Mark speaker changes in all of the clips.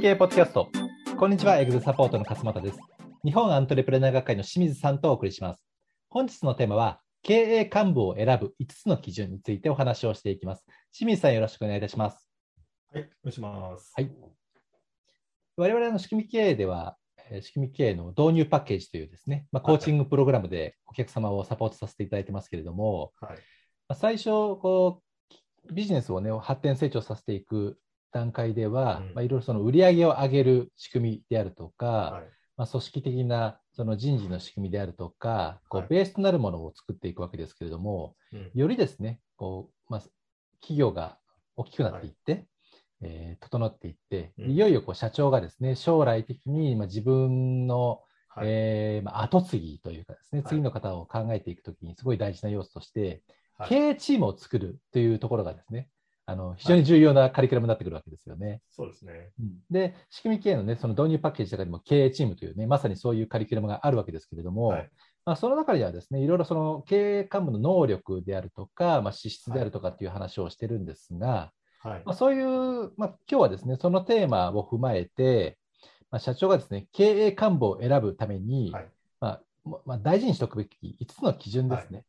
Speaker 1: 系ポッドキャスト。こんにちは、エグゼサポートの勝俣です。日本アントレプレナー学会の清水さんとお送りします。本日のテーマは、経営幹部を選ぶ5つの基準についてお話をしていきます。清水さん、よろしくお願いいたします。
Speaker 2: はい、お願いします。
Speaker 1: はい我々の仕組み経営では、えー仕組み経営の導入パッケージというですね、まあ、コーチングプログラムでお客様をサポートさせていただいてますけれども、
Speaker 2: はい
Speaker 1: まあ最初こう、ビジネスを、ね、発展成長させていく段階では、
Speaker 2: うん
Speaker 1: まあ、いろいろその売り上げを上げる仕組みであるとか、
Speaker 2: はい。
Speaker 1: まあ、組織的なその人事の仕組みであるとか、こ
Speaker 2: は
Speaker 1: う
Speaker 2: い
Speaker 1: ベースとなるものを作っていくわけですけれども、
Speaker 2: うん
Speaker 1: よりですね、こうまあ、企業が大きくなっていって、えー整っていって、
Speaker 2: うん
Speaker 1: いよいよこう社長がですね将来的にまあ自分の、
Speaker 2: はい
Speaker 1: えーまあ、後継ぎというかですね、
Speaker 2: はい
Speaker 1: 次の方を考えていくときにすごい大事な要素として、
Speaker 2: はい
Speaker 1: 経営チームを作るというところがですね、あの非常に重要なカリキュラムになってくるわけですよね。
Speaker 2: そうですね。
Speaker 1: で、仕組み経営の,、ね、その導入パッケージの中にも経営チームというね、まさにそういうカリキュラムがあるわけですけれども、
Speaker 2: はい
Speaker 1: まあ、その中ではですね、いろいろその経営幹部の能力であるとか、まあ、資質であるとかっていう話をしてるんですが、
Speaker 2: はい
Speaker 1: ま。あ、そういう、まあ、今日はですね、そのテーマを踏まえて、まあ、社長がですね、経営幹部を選ぶために、
Speaker 2: はい
Speaker 1: まあもまあ、大事にしておくべき5つの基準ですね。はい
Speaker 2: はい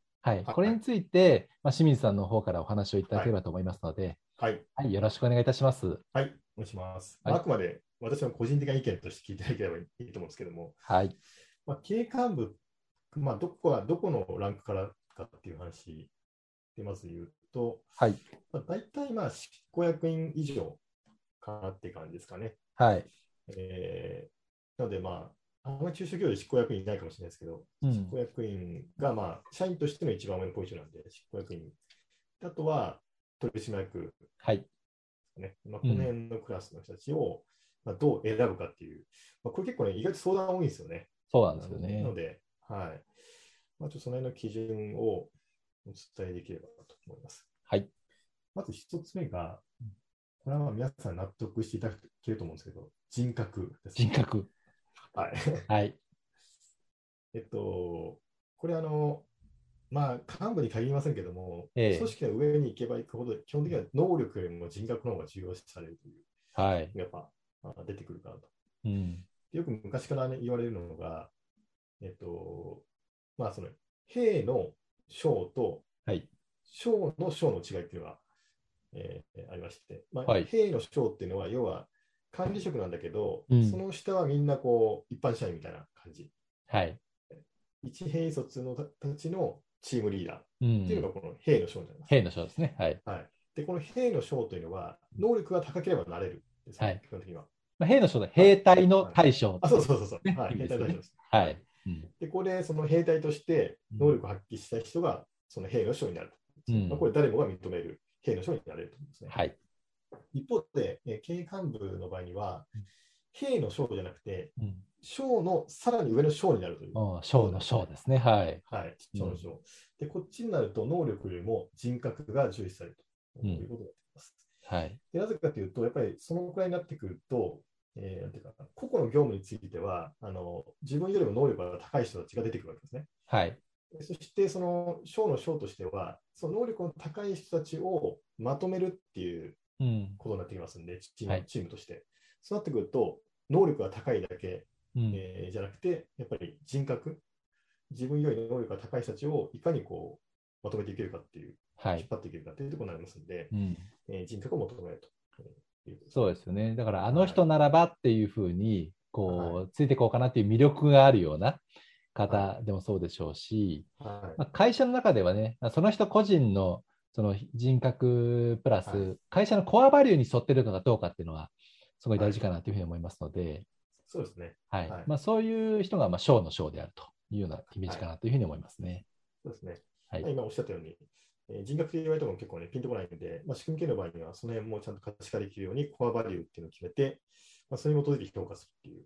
Speaker 1: これについて、まあ、清水さんの方からお話をいただければと思いますので、
Speaker 2: はい。
Speaker 1: はい、よろしくお願いいたします。
Speaker 2: はい。お願いします。
Speaker 1: はい
Speaker 2: あくまで私の個人的な意見として聞いていただければいいと思うんですけども、
Speaker 1: はい、
Speaker 2: まあ、経営幹部、まあ、どこは、どこのランクからかっていう話でまず言うと、
Speaker 1: はい、
Speaker 2: まあ、大体まあ執行役員以上かなって感じですかね。
Speaker 1: はい、
Speaker 2: えー、なので、まあ、あんまり中小企業で執行役員いないかもしれないですけど、
Speaker 1: うん
Speaker 2: 執行役員が、まあ、社員としての一番上のポジションなんで、執行役員。あとは、取締役、
Speaker 1: はい、
Speaker 2: ねまあ、
Speaker 1: う
Speaker 2: こ
Speaker 1: ん
Speaker 2: の辺のクラスの人たちを、まあ、どう選ぶかっていう、まあ、これ結構ね、意外と相談多いんですよね。
Speaker 1: そうなんですよね
Speaker 2: な。ので、はい。まあ、ちょっとその辺の基準をお伝えできればと思います。
Speaker 1: はい。
Speaker 2: まず一つ目が、これはまあ皆さん納得していただけると思うんですけど、人格です、
Speaker 1: 人。格。
Speaker 2: はい。
Speaker 1: はい。
Speaker 2: えっと、これあの、まあ、幹部に限りませんけども、
Speaker 1: ええ
Speaker 2: 組織の上に行けば行くほど、基本的には能力よりも人格の方が重要視されるとい
Speaker 1: はい。
Speaker 2: う、やっぱあ出てくるかなと。
Speaker 1: うん。
Speaker 2: でよく昔から、ね、言われるのが、えっと、まあ、その、兵の将と、
Speaker 1: はい。
Speaker 2: 将の将の違いっていうのが、えーありまして、まあ
Speaker 1: はい
Speaker 2: 兵の将っていうのは、要は管理職なんだけど、
Speaker 1: うん
Speaker 2: その下はみんなこう、一般社員みたいな感じ。
Speaker 1: はい。
Speaker 2: 一兵卒のたたちのチームリーダー
Speaker 1: う
Speaker 2: っていうの
Speaker 1: ん。
Speaker 2: がこの兵の将になります。
Speaker 1: 兵の章ですね。はい。
Speaker 2: はい、で、この兵の将というのは、能力が高ければなれるんですね、
Speaker 1: はい
Speaker 2: 基本的には。
Speaker 1: まあ、兵の章で兵隊の大将。
Speaker 2: あ、そうそうそうそう、
Speaker 1: ね
Speaker 2: は
Speaker 1: い
Speaker 2: い
Speaker 1: い
Speaker 2: 兵
Speaker 1: です
Speaker 2: 隊
Speaker 1: ね
Speaker 2: 大将です。
Speaker 1: はい。うん。
Speaker 2: で、これ、その兵隊として能力を発揮した人が、その兵の将になる。
Speaker 1: うん
Speaker 2: まあ、これ、誰もが認める兵の将になれると思うんですね。
Speaker 1: はい。
Speaker 2: 一方で、えー経営幹部の場合には
Speaker 1: うん、
Speaker 2: 兵の将じゃなくて、
Speaker 1: うん。
Speaker 2: 将のさらに上の将になるという。
Speaker 1: お章の章ですね。はい。
Speaker 2: はい、将の将。で、こっちになると、能力よりも人格が重視されるということになっています。
Speaker 1: はい。
Speaker 2: でなぜかというと、やっぱりそのくらいになってくると、えーなんていうかな、個々の業務についてはあの、自分よりも能力が高い人たちが出てくるわけですね。
Speaker 1: はい。
Speaker 2: でそして、その賞の賞としては、その能力の高い人たちをまとめるっていう
Speaker 1: うん。
Speaker 2: ことになってきますんで、チーム,、
Speaker 1: はい
Speaker 2: チームとして。そうなってくると、能力が高いだけ、
Speaker 1: うん。
Speaker 2: えーじゃなくて、やっぱり人格、自分より能力が高い人たちをいかにこうまとめていけるかっていう、
Speaker 1: は
Speaker 2: 引っ
Speaker 1: い。
Speaker 2: 張っていけるかっていうところになりますんで、
Speaker 1: うん。
Speaker 2: えー人格を求めるとえーいうことです。
Speaker 1: そうですよね。だから、あの人ならばっていうふうに、
Speaker 2: は
Speaker 1: こう、ついていこうかなっていう魅力があるような方でもそうでしょうし、
Speaker 2: はい
Speaker 1: まあ、会社の中ではね、その人個人のその人格プラス、
Speaker 2: はい
Speaker 1: 会社のコアバリューに沿ってるのかどうかっていうのは、すごい大事かなというふうに思いますので、
Speaker 2: そうですね。
Speaker 1: はい
Speaker 2: はい
Speaker 1: まあ、そういう人が、まあ、賞の賞であるというようなイメージかなというふうに思いますね。
Speaker 2: そうですね。
Speaker 1: はい
Speaker 2: 今おっしゃったように、えー人格と言われても結構ね、ピンとこないので、まあ、仕組み系の場合には、その辺もちゃんと可視化できるように、コアバリューっていうのを決めて、まあ、それに基づいて評価するっていう、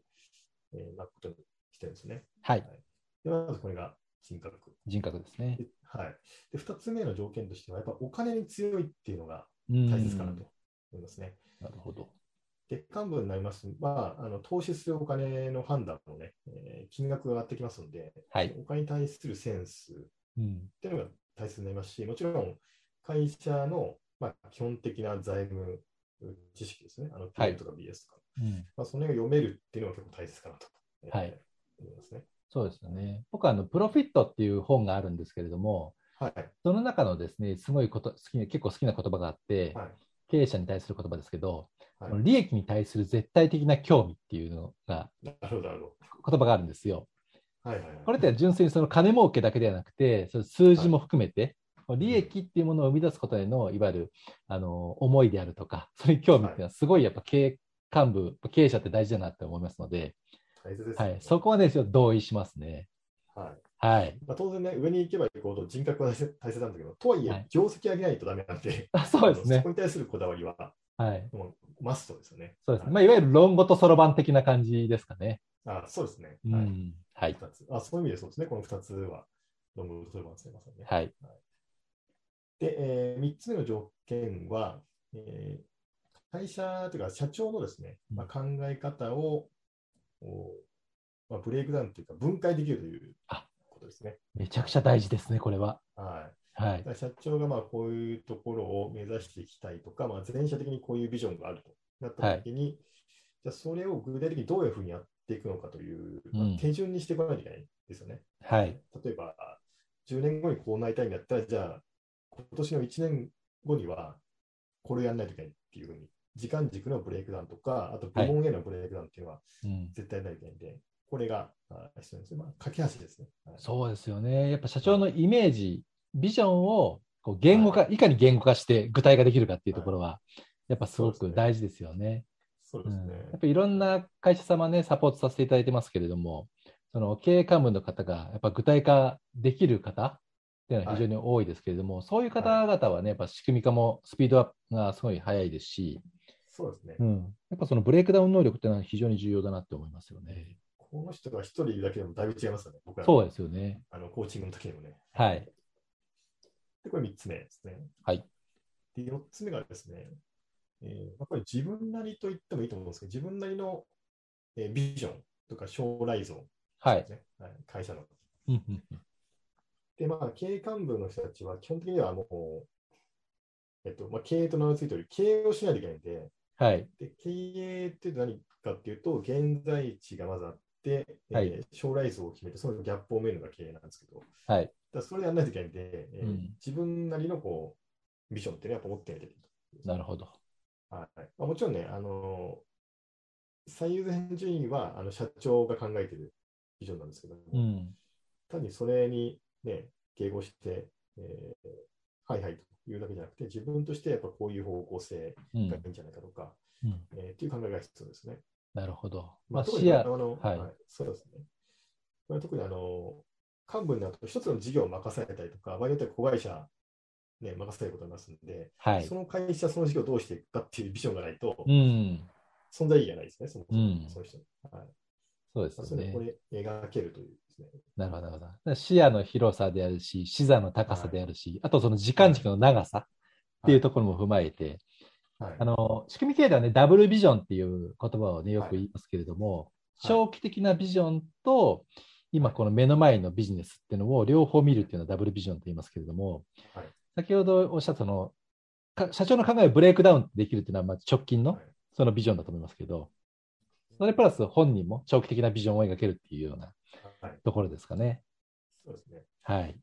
Speaker 2: えーまあ、ことにしてるんですね。
Speaker 1: はい、
Speaker 2: で、まずこれが人格。
Speaker 1: 人格ですね。
Speaker 2: ではい。で、2つ目の条件としては、やっぱお金に強いっていうのが
Speaker 1: うん
Speaker 2: 大切かなと思いますね。
Speaker 1: なるほど。
Speaker 2: 月間部になりますまあ、あの投資するお金の判断もね、えー金額が上がってきますので、
Speaker 1: はい。
Speaker 2: お金に対するセンス
Speaker 1: うん。
Speaker 2: っていうのが大切になりますし、もちろん会社の、まあ、基本的な財務知識ですね、あの
Speaker 1: はい
Speaker 2: PM とか BS とか、
Speaker 1: うん
Speaker 2: まあ、その辺を読めるっていうのは結構大切かなと、えー
Speaker 1: はい
Speaker 2: 思いますね。
Speaker 1: そうですよね。僕はあの、プロフィットっていう本があるんですけれども、
Speaker 2: はい。
Speaker 1: その中のですね、すごいこと、好きな、結構好きな言葉があって、
Speaker 2: はい
Speaker 1: 経営者に対する言葉ですけど、
Speaker 2: はい
Speaker 1: この利益に対する絶対的な興味っていうのが、
Speaker 2: なるほど、なるほ
Speaker 1: 言葉があるんですよ。
Speaker 2: ど。はいはいはい、
Speaker 1: これって純粋にその金儲けだけではなくて、その数字も含めて、利益っていうものを生み出すことへの、いわゆる、あの、思いであるとか、それに興味っていうのは、すごいやっぱ経営幹部、経営者って大事だなって思いますので、
Speaker 2: 大切です、ね。
Speaker 1: はい、そこはね、ちょっと同意しますね。
Speaker 2: はい
Speaker 1: はい。
Speaker 2: まあ、当然ね、上に行けば行くほど人格は大切大切なんだけど、とはい
Speaker 1: は
Speaker 2: え
Speaker 1: い、
Speaker 2: 業績上げないとダメなんで、
Speaker 1: あそうです
Speaker 2: あの
Speaker 1: ね
Speaker 2: そこ。に対するこだわりは、
Speaker 1: はい。
Speaker 2: もうマストですよね。
Speaker 1: そうですね。
Speaker 2: は
Speaker 1: まあ、いわゆる論語とそろばん的な感じですかね。
Speaker 2: いあそうですね。
Speaker 1: う
Speaker 2: はい。
Speaker 1: ん。はい。
Speaker 2: 二つあそういう意味でそうですね、この2つは、論文とればすみませんね。
Speaker 1: はい。
Speaker 2: で、え3つ目の条件は、えー会社というか社長のですね、まあ、考え方を、おまあ、ブレイクダウンというか分解できるという
Speaker 1: あ
Speaker 2: ことですね。
Speaker 1: めちゃくちゃ大事ですね、これは。
Speaker 2: はい
Speaker 1: は
Speaker 2: だ
Speaker 1: い
Speaker 2: か。ら社長がまあこういうところを目指していきたいとか、まあ、全社的にこういうビジョンがあるとなったときに、じゃあそれを具体的にどういうふうにやっていくのかという、まあ
Speaker 1: うん
Speaker 2: 手順にしていかないといけないですよね。
Speaker 1: はい。
Speaker 2: 例えば、10年後にこうなりたいんだったら、じゃあ、今年の1年後にはこれをやらないといけないっていうふうに、時間軸のブレイクダウンとか、あと部門へのブレイクダウンっていうのは
Speaker 1: うん。
Speaker 2: 絶対ないといけないんで、これがあ必要ですね。まあ、架け橋ですね。はい
Speaker 1: そうですよね。やっぱ社長のイメージ、ビジョンをこう言語化、いかに言語化して具体化できるかっていうところは、やっぱすご
Speaker 2: そう
Speaker 1: く
Speaker 2: ですね
Speaker 1: 大事ですよね。
Speaker 2: そう
Speaker 1: う
Speaker 2: です
Speaker 1: ん
Speaker 2: ね
Speaker 1: や。っぱいろんな会社様ね、サポートさせていただいてますけれども、その経営幹部の方が、やっぱ具体化できる方っていうのは非常に多いですけれども、そういう方々はね、やっぱ仕組み化もスピードアップがすごい早いですし、
Speaker 2: そうですね。
Speaker 1: うん、やっぱそのブレイクダウン能力っていうのは非常に重要だなって思いますよね。
Speaker 2: この人が一人いるだけでもだいぶ違いますよね、僕らの
Speaker 1: そうですよね。
Speaker 2: あのコーチングの時にもね。
Speaker 1: はい。
Speaker 2: で、これ3つ目ですね。
Speaker 1: はい。
Speaker 2: で、4つ目がですね、えーまあ、これ自分なりと言ってもいいと思うんですけど、自分なりの、えービジョンとか将来像
Speaker 1: はい
Speaker 2: で。すね、はい会社の。
Speaker 1: うんうんうん
Speaker 2: で、まあ、経営幹部の人たちは基本的にはもう、えっとまあ、経営と名の付いており、経営をしないといけないんで、
Speaker 1: はい。
Speaker 2: で経営って何かっていうと、現在地がまずあって、えー
Speaker 1: はい
Speaker 2: 将来像を決めて、そのギャップを埋めるのが経営なんですけど、
Speaker 1: はい。
Speaker 2: だからそれやらないといけないんで、えー
Speaker 1: うん
Speaker 2: 自分なりのこうビジョンっていうのはやっぱ持ってないといけ
Speaker 1: なるほど。
Speaker 2: ない。はいまあ、もちろんね、あのー最優先順位はあの社長が考えてるビジョンなんですけども、
Speaker 1: うん。
Speaker 2: 単にそれに、ね、迎合して、えーはいはいというだけじゃなくて、自分としてやっぱこういう方向性
Speaker 1: う
Speaker 2: がい
Speaker 1: ん。
Speaker 2: いんじゃないかとか、
Speaker 1: うん
Speaker 2: えーっていう考えが必要ですね。
Speaker 1: なるほど。まあ、
Speaker 2: 特
Speaker 1: 視
Speaker 2: に
Speaker 1: 野
Speaker 2: あ。の、
Speaker 1: はい
Speaker 2: そうですね。これは特にあの幹部になると、一つの事業を任されたりとか、場合によっては子会社、ね、任せたりことになりますんで、
Speaker 1: はい
Speaker 2: そ。の会社、その事業をどうしていくかっていうビジョンがないと
Speaker 1: う、ん。
Speaker 2: 存在意義がないですね、その,、
Speaker 1: うん
Speaker 2: その人に。はい、
Speaker 1: そうです
Speaker 2: ま
Speaker 1: よ
Speaker 2: あそれを
Speaker 1: ね
Speaker 2: こ。れ描けるというですね。
Speaker 1: なるほど、なるほど。だから視野の広さであるし、視座の高さであるし、あとその時間軸の長さっていうところも踏まえて、
Speaker 2: はい
Speaker 1: あの、仕組み系ではね、ダブルビジョンっていう言葉をね、よ
Speaker 2: は
Speaker 1: く
Speaker 2: い
Speaker 1: 言いますけれども、
Speaker 2: はい
Speaker 1: 長期的なビジョンと、今この目の前のビジネスっていうのを両方見るっていうのはダブルビジョンと言いますけれども、
Speaker 2: はい
Speaker 1: 先ほどおっしゃったその、か社長の考えをブレイクダウンできるっていうのは、まあ直近の
Speaker 2: はい
Speaker 1: そのビジョンだと思いますけど、それプラス本人も長期的なビジョンを描けるっていうような
Speaker 2: はい、
Speaker 1: ところですかね。
Speaker 2: そうですね。
Speaker 1: はい。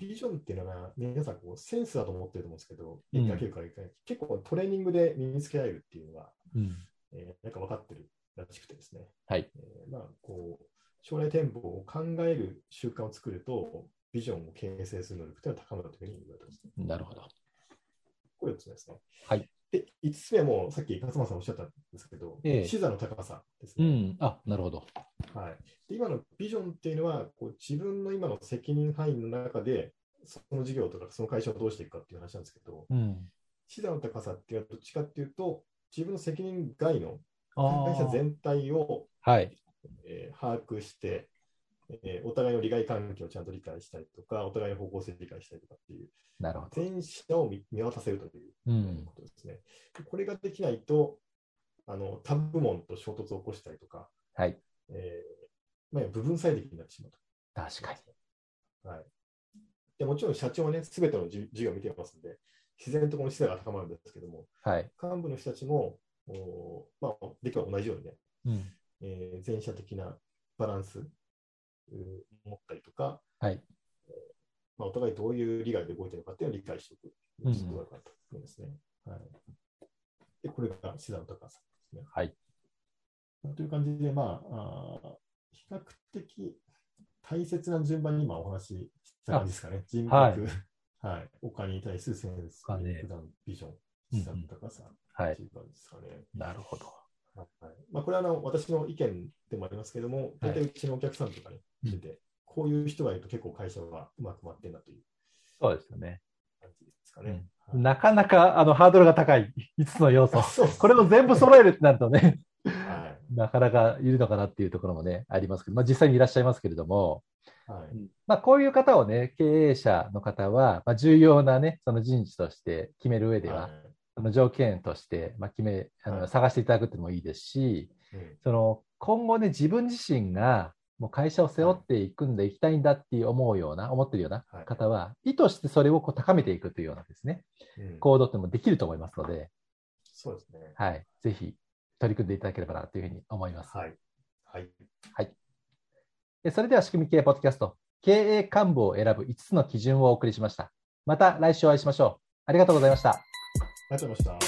Speaker 2: ビジョンっていうのは、皆さんこうセンスだと思ってると思うんですけど、
Speaker 1: うん
Speaker 2: 描けるか描けない、結構トレーニングで身につけられるっていうのは、
Speaker 1: うん。
Speaker 2: えーなんか分かってるらしくてですね、
Speaker 1: はい
Speaker 2: えーまあ、こう将来展望を考える習慣を作ると、ビジョンを形成する能力というのは高まるというふうに言われてます、ね。
Speaker 1: なるほど。
Speaker 2: これ4つ目ですね。
Speaker 1: はい、
Speaker 2: で5つ目はもうさっき勝間さんおっしゃったんですけど、
Speaker 1: ええ
Speaker 2: 視座の高さです
Speaker 1: う
Speaker 2: ね。
Speaker 1: ん。あ、なるほど。
Speaker 2: はい、で今のビジョンっていうのはこう、自分の今の責任範囲の中で、その事業とかその会社をどうしていくかっていう話なんですけど、
Speaker 1: うん。
Speaker 2: 視座の高さっていうのはどっちかっていうと、自分の責任外の
Speaker 1: あ
Speaker 2: 会社
Speaker 1: ー
Speaker 2: 全体を
Speaker 1: はい。
Speaker 2: えー把握して、えーお互いの利害関係をちゃんと理解したりとか、お互いの方向性を理解したりとかっていう、
Speaker 1: なるほど。
Speaker 2: 全社を見見渡せるという
Speaker 1: う
Speaker 2: えー
Speaker 1: ん。
Speaker 2: ことですね。これができないと、あの他部門と衝突を起こしたりとか、
Speaker 1: はい。
Speaker 2: えーまあ、部分最適になってしまう
Speaker 1: 確かに。
Speaker 2: と。はい、でもちろん社長はね、すべての事事業を見てますんで、自然とこの資材が高まるんですけども、
Speaker 1: はい。
Speaker 2: 幹部の人たちも、おまあ、できれば同じようにね、
Speaker 1: うん。
Speaker 2: えー前者的なバランスうん持ったりとか、
Speaker 1: はい。
Speaker 2: まあ、お互いどういう利害で動いてるかっていうのを理解しておく必要があるかなと思いますね。はい、で、これが資産の高さですね。
Speaker 1: はい
Speaker 2: まあ。という感じで、まあ、あー比較的大切な順番に今お話しした感じですかね。人
Speaker 1: はい
Speaker 2: 格、はい、お金に対するセンス、
Speaker 1: お金
Speaker 2: 普段ビジョン、
Speaker 1: うん
Speaker 2: 資産の高さ
Speaker 1: は
Speaker 2: っ
Speaker 1: い
Speaker 2: て。いう感じですかね。
Speaker 1: なるほど。
Speaker 2: はいまあ、これはあの私の意見でもありますけれども、
Speaker 1: はい
Speaker 2: 大体うちのお客さんとかね、
Speaker 1: うん
Speaker 2: 見てて、こういう人がいると結構会社はうまく回ってんなという
Speaker 1: そうですよね。
Speaker 2: 感じですかね。はい
Speaker 1: なかなか、あの、ハードルが高い5つの要素。
Speaker 2: そうです
Speaker 1: これを全部揃えるってなるとね、
Speaker 2: は
Speaker 1: なかなかいるのかなっていうところもね、ありますけど、まあ実際にいらっしゃいますけれども、
Speaker 2: い。はい。
Speaker 1: まあこういう方をね、経営者の方は、まあ重要なね、その人事として決める上では、
Speaker 2: はい
Speaker 1: その条件として、まあ、決め、あ
Speaker 2: は
Speaker 1: の、
Speaker 2: い
Speaker 1: 探していただくっていうのもいいですし、
Speaker 2: うん
Speaker 1: その、今後ね、自分自身が、もう会社を背負っていくんでいきたいんだっていう思うような、思ってるような
Speaker 2: はい
Speaker 1: 方は、意図してそれをこう高めていくというようなですね、
Speaker 2: うん
Speaker 1: 行動ってのもできると思いますので、
Speaker 2: そうですね。
Speaker 1: はい、ぜひ取り組んでいただければなというふうに思います。
Speaker 2: はい。はい。
Speaker 1: えそれでは仕組み系ポッドキャスト、経営幹部を選ぶ5つの基準をお送りしました。また来週お会いしましょう。ありがとうございました。
Speaker 2: ありがとうございました。